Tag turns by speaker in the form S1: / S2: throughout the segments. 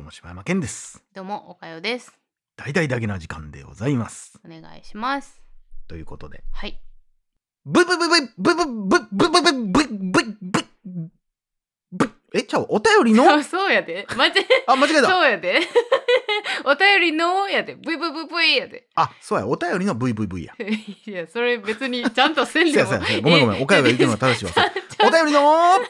S1: の柴山健です。
S2: どうも、おかよです。
S1: 大々だけな時間でございます。
S2: お願いします。
S1: ということで。
S2: はい。
S1: ブブブブブブブブブブブブブブえ、ちゃう、お便りの
S2: そうやで。間違え
S1: あ、間違えた。
S2: そうやで。 お便りのやで。ブイブイブイブイやで。
S1: あ、そうや、お便りの VVV や。
S2: いや、それ別にちゃんとせん
S1: そう
S2: で
S1: や、
S2: も
S1: そうやそうや、ごめんごめん、おかよが言ってるのは正しいわ。
S2: ちゃ
S1: お便りの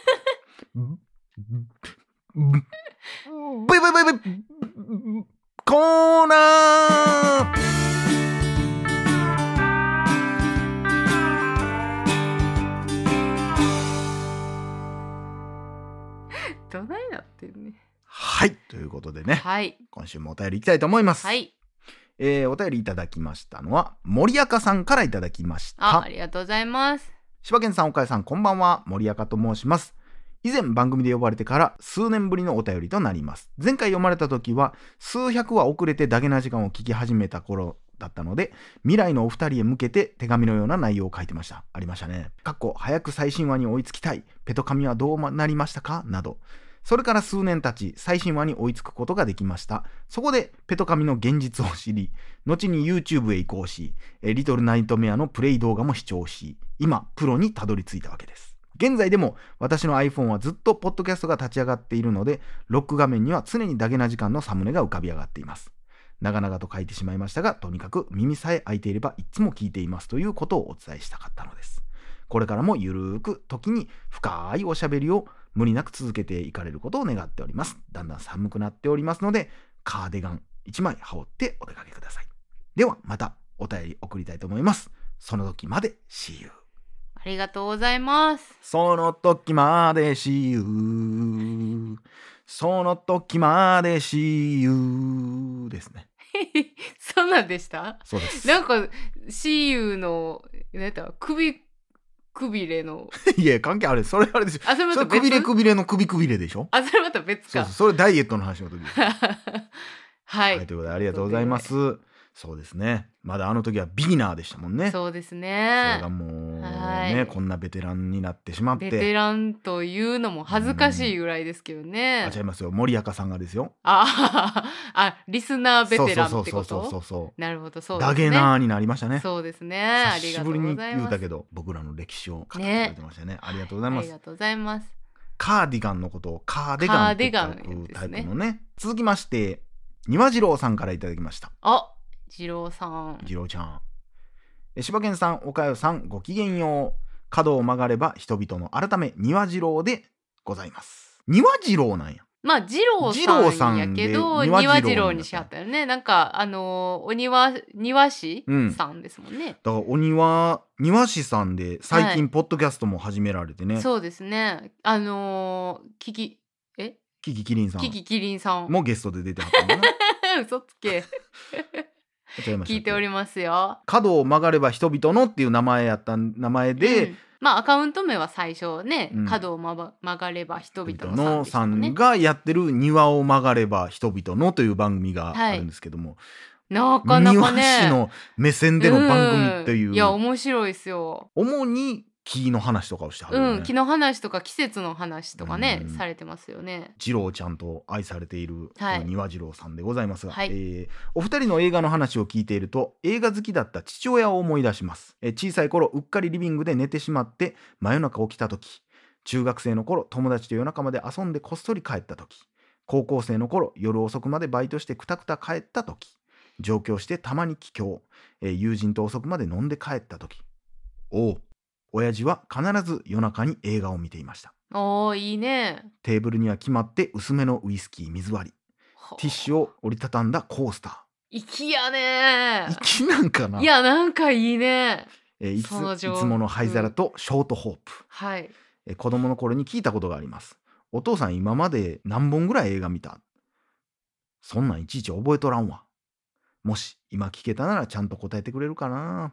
S1: ブイブイブイブイコーナー
S2: どないなってんね。
S1: はい、ということでね、
S2: はい。
S1: 今週もお便りいきたいと思います。
S2: はい。
S1: えーお便りいただきましたのは、森赤さんからいただきまし
S2: あ、
S1: た
S2: あ。りがとうございます。
S1: 柴犬さん、岡谷さん、こんばんは。森赤と申します。以前番組で呼ばれてから数年ぶりのお便りとなります。前回読まれた時は、数百話遅れてダゲな時間を聞き始めた頃だったので、未来のお二人へ向けて手紙のような内容を書いてました。ありましたね。かっこ、早く最新話に追いつきたい。ペト紙はどうなりましたかなど。それから数年経ち、最新話に追いつくことができました。そこで、ペト紙の現実を知り、後に YouTube へ移行し、えーリトルナイトメアのプレイ動画も視聴し、今、プロにたどり着いたわけです。現在でも私の iPhone はずっとポッドキャストが立ち上がっているので、ロック画面には常にダゲな時間のサムネが浮かび上がっています。長々と書いてしまいましたが、とにかく耳さえ開いていればいつも聞いていますということをお伝えしたかったのです。これからもゆるーく時に深いおしゃべりを無理なく続けていかれることを願っております。だんだん寒くなっておりますので、カーディガン1枚羽織ってお出かけください。ではまたお便り送りたいと思います。その時まで See you。
S2: ありがとうございます。
S1: その時まで See you。その時まで See you ですね。
S2: そんなんでした
S1: そうです。
S2: なんか、シーユーの、なんやった首、くびれの。
S1: いや関係あれそれあれでしょ。
S2: あ、それま
S1: そ
S2: た
S1: れくび
S2: 別
S1: れくびれの首くびれでしょ。
S2: あ、それまた別
S1: そう
S2: か
S1: そう。それダイエットの話の時です。は、
S2: はいい
S1: と。いうことでありがとうございます。そうですね。まだあの時はビギナーでしたもんね。
S2: そうです
S1: それ
S2: ね
S1: が。もう
S2: は
S1: ね
S2: い
S1: こんなベテランになってしまっ
S2: ベテ
S1: て。
S2: ランというのも恥ずかしいぐらいですけどね。
S1: あ違いますよ森赤さんがですよ。
S2: あ あ、リスナーベテランって
S1: そうそ
S2: こ
S1: うそうそう
S2: と
S1: そう
S2: なるほど、
S1: そ。
S2: そううです
S1: ダゲ
S2: ね。
S1: ナーになりましたね。
S2: そうですね。あり
S1: 久し
S2: がと
S1: ぶり
S2: うご
S1: に
S2: ざいます。
S1: 言うたけど僕らの歴史を語ってくれてましたねありがとうございま
S2: あり
S1: す
S2: がとうございます。
S1: カーディガンのことをカーデガンって
S2: カーデガ
S1: 書
S2: ン
S1: く
S2: で
S1: タ
S2: す
S1: イ
S2: ね
S1: プのね続きまして庭次郎さんからいただきました
S2: あ、次郎さん。
S1: 次郎ちゃんえ柴犬さん岡代さんごきげんよう角を曲がれば人々の改め庭次郎でございます庭次郎なんや
S2: まあ、次郎さんやけど、
S1: 二郎さんで
S2: 庭
S1: 二郎
S2: 次郎にしはったよね。なんか、あのーお庭、庭師
S1: うん
S2: さんですもんね。
S1: だからお庭庭師さんで最
S2: は
S1: 近ポッドキャストも始められてね、
S2: そうですね。あのー、キキ、え
S1: キキキリンさ
S2: キ
S1: ん
S2: キキリンさん。
S1: もゲストで出てはったのか な
S2: 嘘つけ。
S1: 違いましたっけ
S2: 聞いておりますよ。
S1: 角を曲がれば人々のっていう名前やった名前で、
S2: うんまあアカウント名は最初ね、
S1: うん
S2: 角をまば曲がれば人々
S1: 人々
S2: の
S1: の
S2: さ
S1: さ
S2: んでしたもんね
S1: んがやってる「庭を曲がれば人々の」という番組があるんですけども、
S2: なかなか
S1: 庭師
S2: ね
S1: の目線での番組という、
S2: んいや面白いですよ
S1: 主に木の話とかをしてはるよ
S2: う
S1: ね
S2: ん木の話とか季節の話とかね、
S1: うん
S2: されてますよね
S1: 二郎ちゃんと愛されている
S2: はい
S1: この庭次郎さんでございますが、
S2: はい
S1: えーお二人の映画の話を聞いていると映画好きだった父親を思い出します、えー小さい頃うっかりリビングで寝てしまって真夜中起きた時中学生の頃友達と夜中まで遊んでこっそり帰った時高校生の頃夜遅くまでバイトしてくたくた帰った時上京してたまに帰郷、えー友人と遅くまで飲んで帰った時おう親父は必ず夜中に映画を見ていました
S2: おーいいね
S1: テーブルには決まって薄めのウイスキー水割りティッシュ
S2: ュ
S1: を折りたたんだコースタ
S2: 粋やね
S1: ー粋なんかない
S2: やなんかいいね
S1: えーいつ
S2: その
S1: いつ
S2: 情
S1: もの灰皿とショートホープ、
S2: はい
S1: えー子供の頃に聞いたことがありますお父さん今まで何本ぐらい映画見たそんなんいちいち覚えとらんわもし今聞けたならちゃんと答えてくれるかな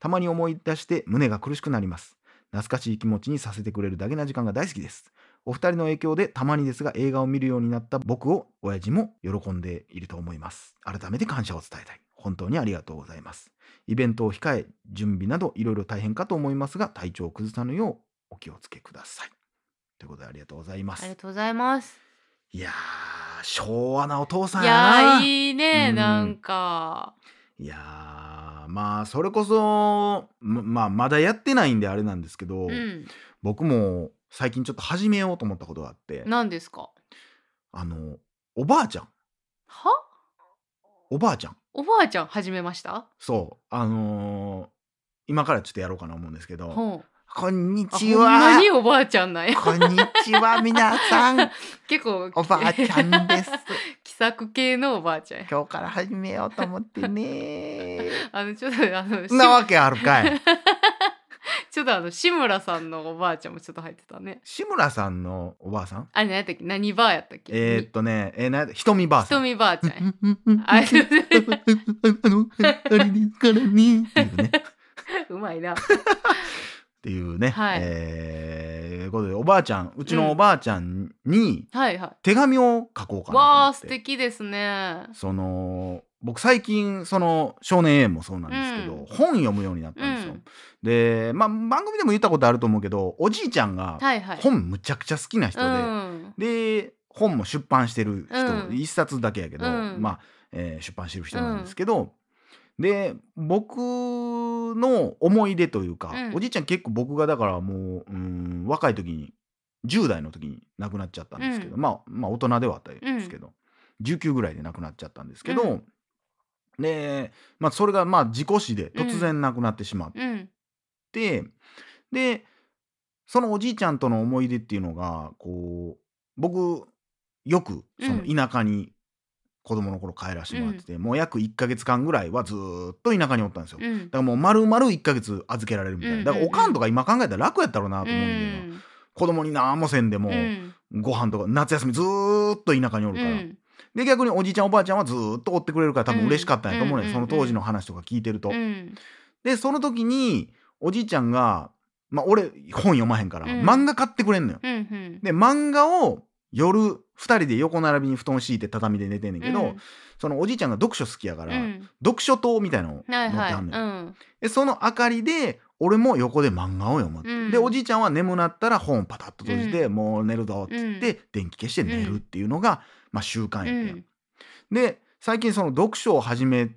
S1: たまに思い出して胸が苦しくなります懐かしい気持ちにさせてくれるだけな時間が大好きですお二人の影響でたまにですが映画を見るようになった僕を親父も喜んでいると思います改めて感謝を伝えたい本当にありがとうございますイベントを控え準備などいろいろ大変かと思いますが体調を崩さぬようお気をつけくださいということでありがとうございま
S2: ありが
S1: す
S2: とうございます
S1: いやー昭和なお父さん
S2: い
S1: や
S2: や
S1: な。
S2: いいね、
S1: うん
S2: なんか
S1: いやーまあそれこそままあまだやってないんであれなんですけど、
S2: うん
S1: 僕も最近ちょっと始めようと思ったことがあって
S2: 何ですか
S1: あのおばあちゃん
S2: は
S1: おばあちゃん
S2: おばあちゃん始めました
S1: そうあのー今からちょっとやろうかな思うんですけど
S2: ほう
S1: こんに
S2: あ
S1: ち
S2: ほんま
S1: は
S2: におばあちゃんなんや
S1: こんにちは皆さん
S2: 結構
S1: おばあちゃんです
S2: 気さく系のおばあちゃんや
S1: 今日から始めようと思って ね
S2: あのちょっとあ の
S1: そんなわけあるかい
S2: ちょっとあの志村さんのおばあちゃんもちょっと入ってたね
S1: 志村さんのおばあさん
S2: あれ何やったっけ何バーやったっけ
S1: えー、っとねえー、なんやひとみばあ
S2: ひ
S1: さ
S2: と
S1: ん
S2: みばあちゃんやあ
S1: あ
S2: れ
S1: れ あの、あれですからね。っていう ね。っ
S2: うまいな
S1: ていうね。
S2: はい
S1: えー、ことで、おばあちゃん、うちのおばあちゃんに
S2: はいは
S1: 手紙を書こう
S2: い
S1: かなと思って。
S2: わあ素敵ですね
S1: その、僕最近、その、少年 A もそうなんですけど、
S2: うん
S1: 本読むようになったんですよ。
S2: うん
S1: で、まあ、番組でも言ったことあると思うけど、おじいちゃんが
S2: はいはい
S1: 本むちゃくちゃ好きな人で、
S2: うん
S1: で本も出版してる人、
S2: うん
S1: 一冊だけやけど、
S2: うん
S1: まあ、えー出版してる人なんですけど、で僕の思い出というか、
S2: うん
S1: おじいちゃん結構僕がだからもううん若い時に10代の時に亡くなっちゃったんですけど、
S2: う
S1: まあ、まあ大人ではあったんですけど、19ぐらいで亡くなっちゃったんですけど、
S2: う
S1: で、まあ、それがまあ事故死で突然亡くなってしまっ
S2: うん
S1: ってでそのおじいちゃんとの思い出っていうのがこう僕よくその
S2: うん
S1: 田舎に子供の頃帰らせてもらってて、もう約1ヶ月間ぐらいはずーっと田舎におったんですよ、だか
S2: うん
S1: らもう丸々1ヶ月預けられるみたいな、
S2: うん
S1: だからおかんとか今考えたら楽やったろうなと思うんだよな、
S2: うん
S1: 子供に何もせんでも、
S2: うん
S1: ご飯とか夏休みずーっと田舎におるから、
S2: うん
S1: で逆におじいちゃんおばあちゃんはずーっと追ってくれるから多分嬉しかったんやと思うね、
S2: うん
S1: その当時の話とか聞いてると、
S2: うん
S1: でその時におじいちゃんが、まあ、俺本読まへんから、
S2: うん
S1: 漫画買ってくれんのよ。
S2: うんうん
S1: で漫画を夜2人で横並びに布団敷いて畳で寝てんねんけど、
S2: うん
S1: そのおじいちゃんが読書好きやから、
S2: うん
S1: 読書灯みたいなのを持って
S2: はいはい
S1: は
S2: うん
S1: ねん、
S2: ん
S1: でその明かりで俺も横で漫画を読むって、
S2: うん
S1: でおじいちゃんは眠なったら本パタッと閉じて、もう寝るぞって言って、
S2: う
S1: 電気消して寝るっていうのが、まあ、習慣やってん、
S2: うん
S1: で最近その読書を始め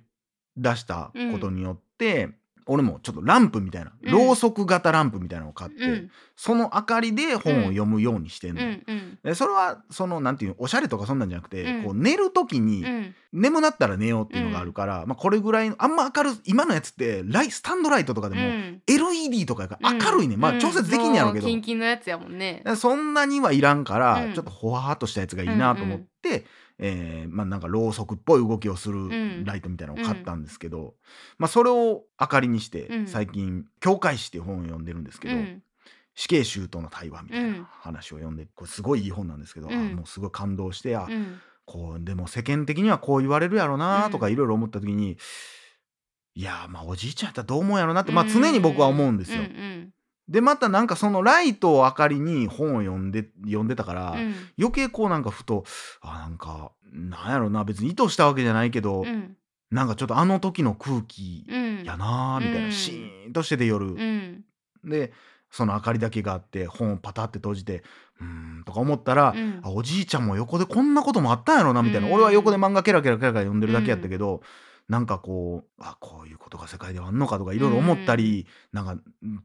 S1: 出したことによって、俺もちょっとランプみたいな、
S2: うん
S1: ろうそく型ランプみたいなのを買って、
S2: うん
S1: その明かりで本を読むようにしてんの
S2: う
S1: よ、
S2: んうん
S1: でそれはそのなんていうのおしゃれとかそんなんじゃなくて、
S2: うん
S1: こう寝る時に
S2: うん
S1: 眠なったら寝ようっていうのがあるから、まあ、これぐらいのあんま明るい今のやつってライスタンドライトとかで
S2: う
S1: も
S2: ん
S1: LED とかやから
S2: うん
S1: 明るいね、まあ調節できんねやろうけど、
S2: もキンキンのやつやもんね
S1: だからそんなにはいらんから、
S2: うん
S1: ちょっとほわーっとしたやつがいいなと思って、えーまあなんかろうそくっぽい動きをする
S2: ん
S1: ライトみたいなのを買ったんですけど、まあそれを明かりにして、
S2: うん
S1: 最近「教会史」っていう本を読んでるんですけど、
S2: うん
S1: 死刑囚との対話みたいうなん話を読んでこれすごいいい本なんですけど、あ
S2: うん
S1: もうすごい感動してあ、
S2: うん
S1: こうでも世間的にはこう言われるやろなとか
S2: うん
S1: いろいろ思った時に、いやーまあおじいちゃんやったらどう思うんやろなって、まあ、
S2: うん
S1: 常に僕は思うんですよ。
S2: うん
S1: でまたなんかそのライトを明かりに本を読んで読んでたから、
S2: うんうん
S1: 余計こうなんかふとあなんかなんやろな別に意図したわけじゃないけど、
S2: うん
S1: なんかちょっとあの時の空気
S2: うん
S1: やなーみたいな、
S2: うん
S1: シーンとしてて夜、
S2: うん
S1: でその明かりだけがあって本をパタって閉じてうーんとか思ったら、
S2: うん
S1: あおじいちゃんも横でこんなこともあったんやろなみたいな、
S2: うん
S1: 俺は横で漫画ケラケラケラケラ読んでるだけやったけど、なんかこうあこういうことが世界ではあんのかとかいろいろ思ったり、なんか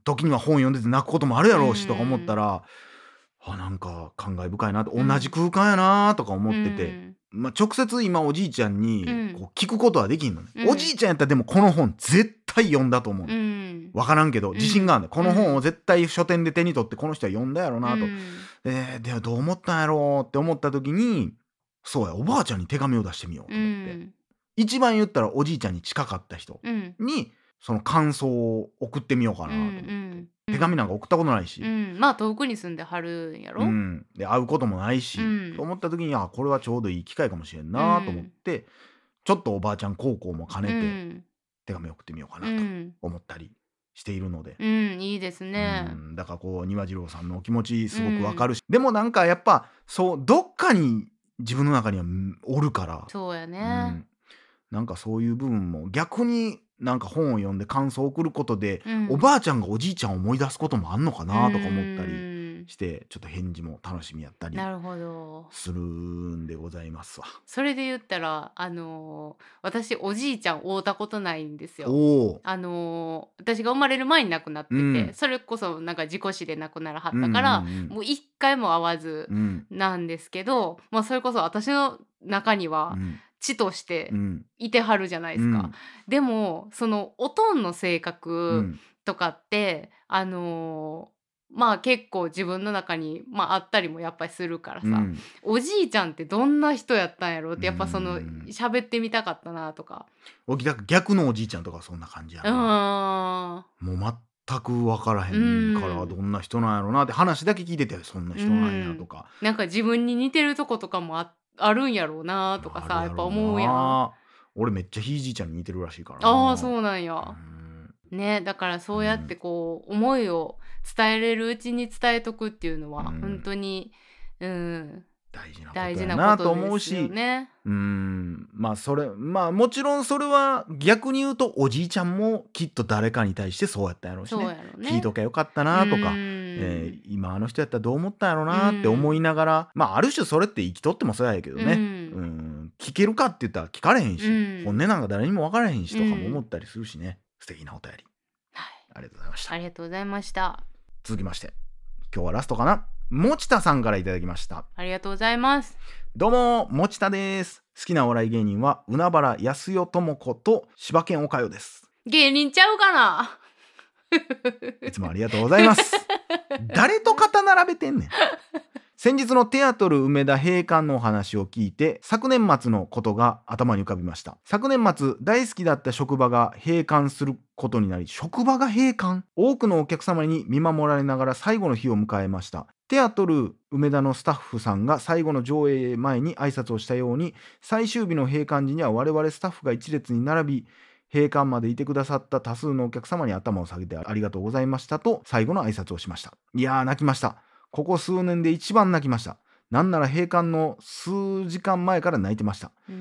S1: 時には本読んでて泣くこともあるやろうし、とか思ったらあなんか感慨深いなと同
S2: ん
S1: じ空間やなとか思ってて、
S2: うん
S1: まあ、直接今おじいちゃんに
S2: うん
S1: こう聞くことはできんのね、
S2: うん
S1: おじいちゃんやったらでもこの本絶対読んだと思うの、
S2: うん
S1: 分からんけど
S2: ん
S1: 自信があるんだ、この
S2: うん
S1: 本を絶対書店で手に取ってこの人は読んだやろなと、
S2: うん
S1: えーではどう思ったんやろうって思った時にそうやおばあちゃんに手紙を出してみようと
S2: う
S1: 思って、
S2: ん
S1: 一番言ったらおじいちゃんに近かった人
S2: うん
S1: にその感想を送ってみようかなと思って、
S2: うん
S1: 手紙なんか送ったことないし、
S2: うんまあ遠くに住んではるんやろ
S1: うん、で会うこともないし、
S2: うん
S1: と思った時にあこれはちょうどいい機会かもしれんなと思って、ちょっとおばあちゃん高校も兼
S2: う
S1: ねて
S2: ん
S1: 手紙送ってみようか
S2: う
S1: なと
S2: ん
S1: 思ったりしているので、
S2: うんいいですね
S1: うんだからこう庭次郎さんのお気持ちすごくわかるし、でもなんかやっぱそうどっかに自分の中にはうんおるから、
S2: そうや
S1: う
S2: ね
S1: んなんかそういう部分も逆になんか本を読んで感想を送ることで、おばあちゃんがおじいちゃんを思い出すこともあんのか
S2: あ
S1: なとか思ったり、
S2: りうん
S1: してちょっと返事も楽しみやったり
S2: なるほど
S1: するんでございますわ。
S2: それで言ったらあのー私おじいちゃん会うたことないんですよ
S1: おお。
S2: あのー私が生まれる前に亡くなってて、
S1: うん
S2: それこそなんか事故死で亡くならはったから、
S1: うんうん
S2: もう一回も会わず
S1: うん、うん
S2: なんですけど、まあ、それこそ私の中には
S1: うん
S2: 血として
S1: うん
S2: いてはるじゃないですか、でもそのおとんの性格、
S1: うん
S2: とかってあのーまあ結構自分の中に、まあ、あったりもやっぱりするからさ、
S1: うん
S2: おじいちゃんってどんな人やったんやろってやっぱその
S1: うん
S2: 喋ってみたかったなとか
S1: おきだから逆のおじいちゃんとかそんな感じや
S2: う
S1: な、
S2: ーん
S1: もう全く分からへんから
S2: うん
S1: どんな人なんやろなって話だけ聞いててそんな人なんやとか、
S2: なんか自分に似てるとことかもああるんやろうなとかさ
S1: あ
S2: や
S1: る
S2: っ
S1: ろな
S2: ぱ思うやんあ
S1: 俺めっちゃひいじいちゃんに似てるらしいから
S2: あー
S1: う
S2: そうなんや
S1: ん
S2: ねだからそうやってこう思いを伝えれるうちに伝えとくっていうのは
S1: うん
S2: 本当にうん
S1: 大事なこと
S2: 大事
S1: や
S2: な
S1: な
S2: こと
S1: 思
S2: と
S1: う
S2: ですよ
S1: し
S2: ね。
S1: うんまあそれまあもちろんそれは逆に言うとおじいちゃんもきっと誰かに対してそうやったやろうし
S2: そう
S1: ね
S2: やろね。
S1: 聞いとけよかったなとか
S2: う、ん
S1: えー今あの人やったらどう思ったんやろなって思いながら、まあある種それって生きとってもそうやけどね、
S2: うん
S1: うん聞けるかって言ったら聞かれへんし、
S2: うん
S1: 本音なんか誰にも分からへんしとかも
S2: うん
S1: 思ったりするしね、素敵なお便り
S2: はい
S1: ありがとうございました
S2: ありがとうございました。
S1: 続きまして今日はラストかなもちたさんからいただきました
S2: ありがとうございます。
S1: どうももちたです好きなお笑い芸人は海原康代智子と柴犬おかよです
S2: 芸人ちゃうかな。
S1: いつもありがとうございます誰と肩並べてんねん先日のテアトル梅田閉館のお話を聞いて昨年末のことが頭に浮かびました昨年末大好きだった職場が閉館することになり職場が閉館多くのお客様に見守られながら最後の日を迎えましたテアトル梅田のスタッフさんが最後の上映前に挨拶をしたように最終日の閉館時には我々スタッフが一列に並び閉館までいてくださった多数のお客様に頭を下げてありがとうございましたと最後の挨拶をしましたいやー泣きましたここ数年で一番泣きましたなんなら閉館の数時間前から泣いてました
S2: うー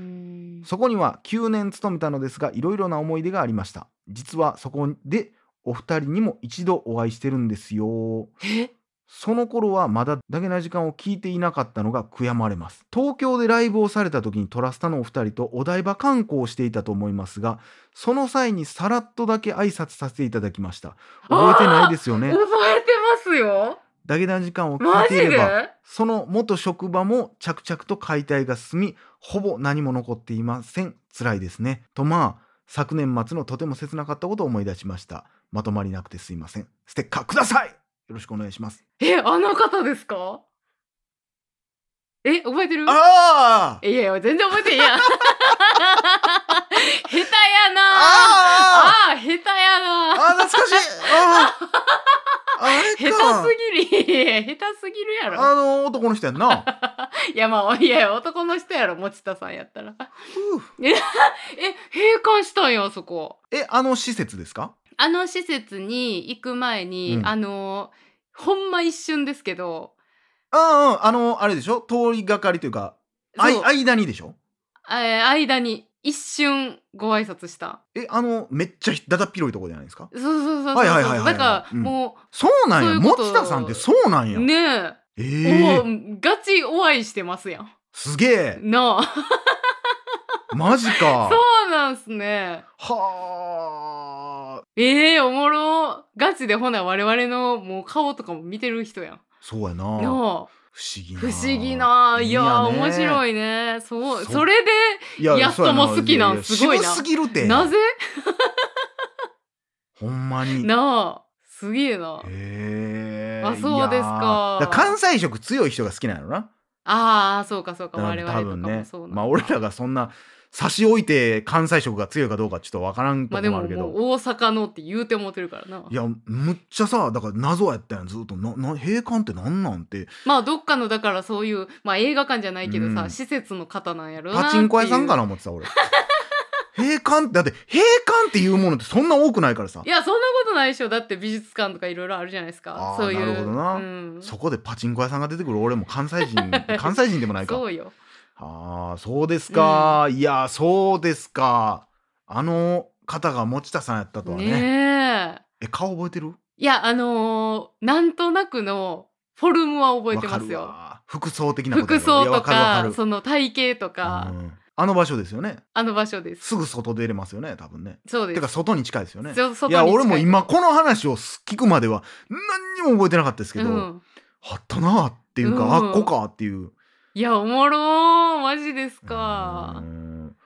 S2: ん。
S1: そこには9年勤めたのですがいろいろな思い出がありました実はそこでお二人にも一度お会いしてるんですよ
S2: え、
S1: その頃はまだだけな時間を聞いていなかったのが悔やまれます東京でライブをされた時にトラスタのお二人とお台場観光をしていたと思いますがその際にさらっとだけ挨拶させていただきました覚えてないですよ
S2: あー
S1: ね
S2: 覚えてますよ。
S1: だけな時間を聞
S2: マ
S1: い
S2: ジ
S1: ていれ
S2: で。
S1: ばその元職場も着々と解体が進みほぼ何も残っていません辛いですねとまあ昨年末のとても切なかったことを思い出しましたまとまりなくてすいませんステッカーくださいよろしくお願いします
S2: え、あの方ですか。え、覚えてる。
S1: あー
S2: いやいや、全然覚えてん やん。下
S1: あ
S2: 手やなああー、下手や
S1: あ
S2: な
S1: あ懐かしいあーあれか
S2: 下手すぎる。いやいや下手すぎるやろ。
S1: あの男の人やんな
S2: いや、まあ、いやいや、男の人やろ、持田さんやったら。
S1: ふう
S2: え、閉館したんや、あそこ。
S1: えあの施設ですか
S2: あの施設に行く前に、
S1: うん
S2: あのほんま一瞬ですけど
S1: あーうんあのあれでしょ通りがかりというかあい
S2: そう
S1: 間にでしょ
S2: えー間に一瞬ご挨拶した
S1: えあのめっちゃだだっ広いとこじゃないですか
S2: そうそうそうそう
S1: はいはいはいはい
S2: だから、
S1: うん
S2: も
S1: そうなんや。
S2: そういうこと
S1: 持田さんってそうなんや。
S2: うね
S1: え
S2: え、
S1: え
S2: おガチお会いしてますやん
S1: すげえ。
S2: なあ
S1: マジか。
S2: そうなんすね
S1: はあ。
S2: ええおもろガチでほな我々のもう顔とかも見てる人やん
S1: そうやな。
S2: な
S1: 不思
S2: あ
S1: 議な。
S2: 不思議ないやー面白
S1: い。
S2: いねそう
S1: そ
S2: それで
S1: いや
S2: やっとも好きなんすごいな
S1: 渋すぎるて。
S2: なぜ
S1: ほんまに。
S2: なあすげえな
S1: へえ。
S2: あそうですか
S1: いやーだら関西色強い人が好きなのな。
S2: ああそうかそうか
S1: だか
S2: 我
S1: ら多
S2: 々とか
S1: 分
S2: も
S1: ね
S2: そうな。んだ
S1: まあ俺らがそんな差し置いて関西色が強いかどうかちょっとわからん
S2: ま
S1: と
S2: あ
S1: こ
S2: で
S1: もあ
S2: もも
S1: るけど。
S2: う大阪のって言うて思ってるからない
S1: やむっちゃさだから謎やったやんずっとなな閉館ってなんなんて
S2: まあどっかのだからそういう、まあ、映画館じゃないけどさ、
S1: うん
S2: 施設の方なんやろな
S1: パ
S2: っていう
S1: チンコ屋さんかな思ってた 俺閉館だって閉館っていうものってそんな多くないからさ
S2: いやそんなことないでしょだって美術館とかいろいろあるじゃないですか
S1: あー
S2: そういう
S1: なるほどな
S2: うん、
S1: そこでパチンコ屋さんが出てくる俺も関西人関西人でもないか
S2: そうよ
S1: ああそうですか、いやそうですかあの方が持田さんやったとはね
S2: ねえ
S1: え顔覚えてる
S2: いやあのーなんとなくのフォルムは覚え
S1: わ
S2: て
S1: か
S2: ま
S1: る
S2: すよ
S1: わ服装的なこと
S2: 服
S1: やろ
S2: 装
S1: いやわ
S2: とか
S1: るわる
S2: その体型とか、
S1: うんあの場所ですよね
S2: あの場所です
S1: すぐ外出れますよね多分ね
S2: そうで
S1: て
S2: す
S1: か外に近いですよね
S2: ちょ外
S1: い
S2: に
S1: や
S2: 近
S1: 俺も今この話を聞くまでは何にも覚えてなかったですけど、
S2: うん
S1: あったなっていうか、
S2: うん
S1: あっこかっていう
S2: いやおもろーマジです
S1: う
S2: か
S1: ん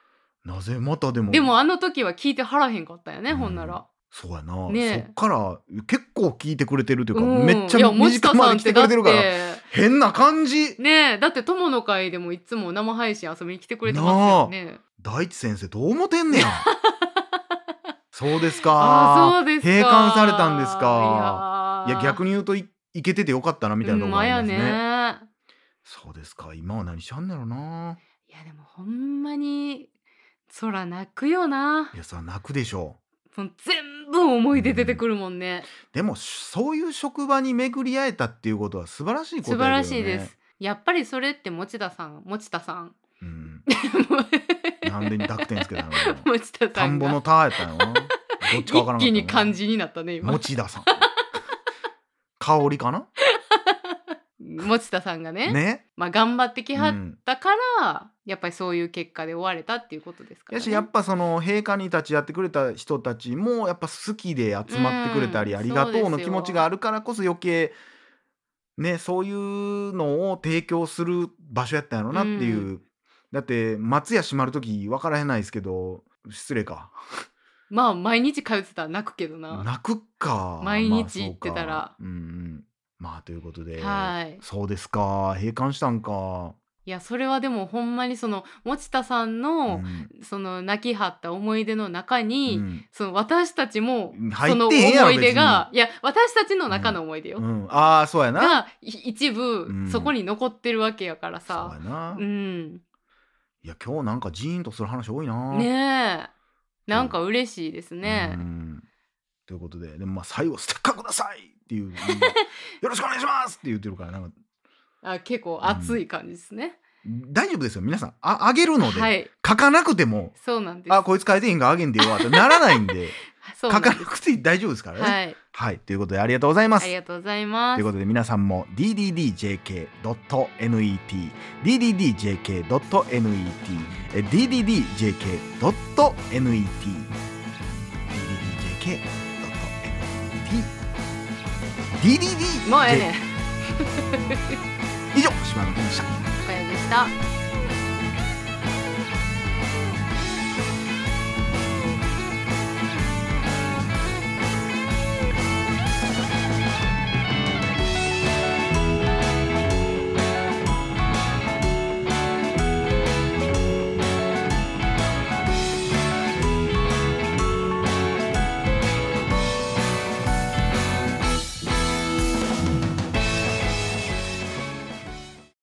S1: なぜまたでも
S2: でもあの時は聞いてはらへんかったよね、
S1: うん
S2: ほんなら
S1: そうやな、
S2: ねえ
S1: そっから結構聞いてくれてるというか、
S2: うん
S1: めっち
S2: いや
S1: ゃ
S2: も
S1: 身
S2: ちか
S1: 近
S2: さ
S1: ま
S2: ん
S1: で
S2: っ
S1: 来
S2: て
S1: て
S2: だ
S1: くれて
S2: って
S1: るから変な感じ
S2: ねえだって友の会でもいつも生配信遊びに来てくれてますよね
S1: 大地先生どう思て んねやそうです
S2: ああ
S1: か
S2: そうですか
S1: 閉館されたんです
S2: か
S1: いや逆
S2: に
S1: に言うといいけててよかったなみたいなとこありますね,、
S2: まやね
S1: そうですか今は何しちゃんねやろない
S2: やでもほんまにそら泣くよない
S1: やさ泣くでしょう
S2: もう全部思い出出てくるもんね、
S1: でもそういう職場に巡り合えたっていうことは素晴らしいこと
S2: 素
S1: だよ
S2: 晴ら
S1: ね
S2: しいです、やっぱりそれって持田さん持田さん
S1: うん、
S2: もう
S1: なんでに濁点つけた の
S2: 持田
S1: 田
S2: さん
S1: んぼの
S2: が
S1: 田やったよなどっちかわからんかったな
S2: 一気に漢字になったね今
S1: 持田さん香りかな
S2: 持田さんがね
S1: ね、
S2: まあ頑張って
S1: う
S2: きはっ
S1: ん、
S2: たから、やっぱりそういう結果で終われたっていうことですから、
S1: や
S2: ね、
S1: しやっぱその陛下に立ち会ってくれた人たちもやっぱ好きで集まってくれたり、
S2: うん
S1: ありがとう
S2: そう
S1: の
S2: です
S1: 気
S2: よ
S1: 持ちがあるからこそ余計ねそういうのを提供する場所やったんやろなっていう、
S2: う
S1: だって松屋閉まる時分からへんないですけど失礼か
S2: まあ毎日通ってたら泣くけどな。
S1: 泣くか
S2: 毎日
S1: まあそうか
S2: 行ってたら
S1: うんうんまあということで、
S2: はい
S1: そうですか閉館したんか、
S2: いやそれはでもほんまにその持田さん
S1: う
S2: の、
S1: ん
S2: その泣きはった思い出の中に、
S1: うん
S2: その私たちも
S1: 入
S2: その
S1: ってへんやろ
S2: 思い出がいや私たちの中の思い出よ、
S1: うん、ああそうやな
S2: がい一部、
S1: うん
S2: そこに残ってるわけやから
S1: そう
S2: さ
S1: や。な、
S2: うん、
S1: いや今日なんかジーンとする話多いな。
S2: ねえなんか嬉しいですね
S1: う。んということででもまあ最後「ステッカーください!」って いう「うんよろしくお願いします!」って言ってるからなんか
S2: あ結構熱い感じですね。
S1: 大丈夫ですよ皆さんああげるので、
S2: はい
S1: 書かなくても
S2: そうな
S1: 「
S2: んです。
S1: あこいつ書いてへんからあげんでよ」ってならないんで
S2: そう
S1: 書
S2: なん
S1: か
S2: です
S1: なくて大丈夫ですからね。はい、
S2: はい
S1: ということでありがとうございます。
S2: ありがとうございま
S1: という。
S2: す
S1: ことで皆さんも dddjk.net ddjk.net え ddjk.net ddjk.net ddj
S2: もうええねん。
S1: 以上島野君でした
S2: 小屋でした。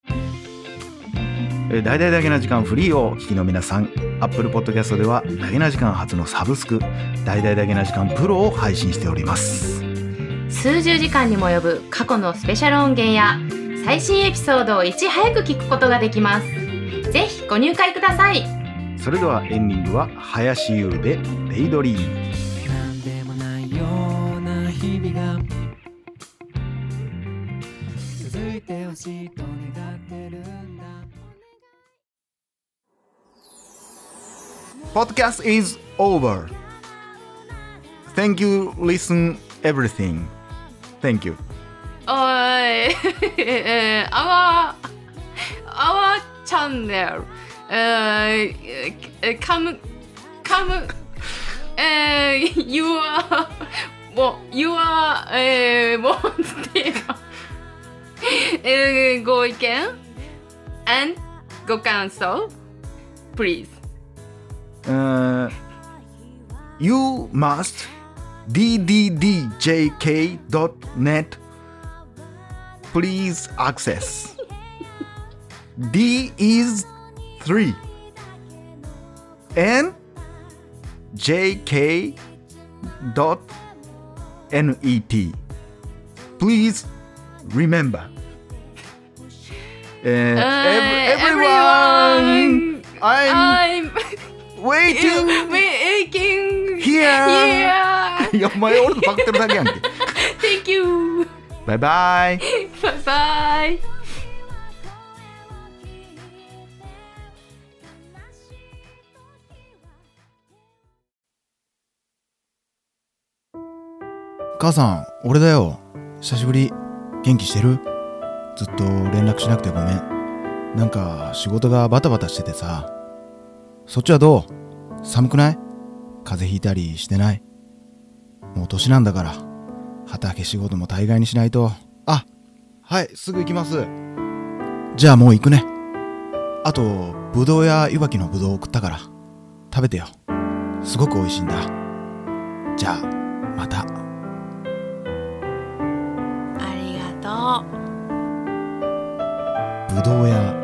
S1: えー大々だけな時間フリーをお聞きの皆さん Apple Podcast ではだけな時間初のサブスク大々だけな時間プロを配信しております
S2: 数十時間にも及ぶ過去のスペシャル音源や最新エピソードをいち早く聞くことができますぜひご入会ください
S1: それではエンディングは林優でレイドリーム
S3: なんでもないような日々が続いてほしいと願ってるんだ
S1: Podcast is over. Thank you, listen everything. Thank you.
S2: お ーいえー、あわあわチャンネルえーえー、カムカムえー、you are もう you are えー、もう っていうかえー、ご意見 and ご感想 please
S1: Uh, you must dddjk.net please access. D is 3 and jk.net E please remember. Uh, ev-
S2: Uh,
S1: everyone, I'm
S2: I'm
S1: waiting.
S2: making
S1: Here!
S2: yeah
S1: いや、お前俺とパクってるだけやんけ。
S2: thank you
S1: バイバイ。
S2: バイバイバイ
S1: 母さん俺だよ久しぶり元気してるずっと連絡しなくてごめんなんか仕事がバタバタしててさそっちはどう寒くない風邪ひいたりしてないもう年なんだから畑仕事も大概にしないとあはいすぐ行きますじゃあもう行くねあとぶどうやいわきのぶどう送ったから食べてよすごく美味しいんだじゃあまた。
S2: ありがとう
S1: ぶどうや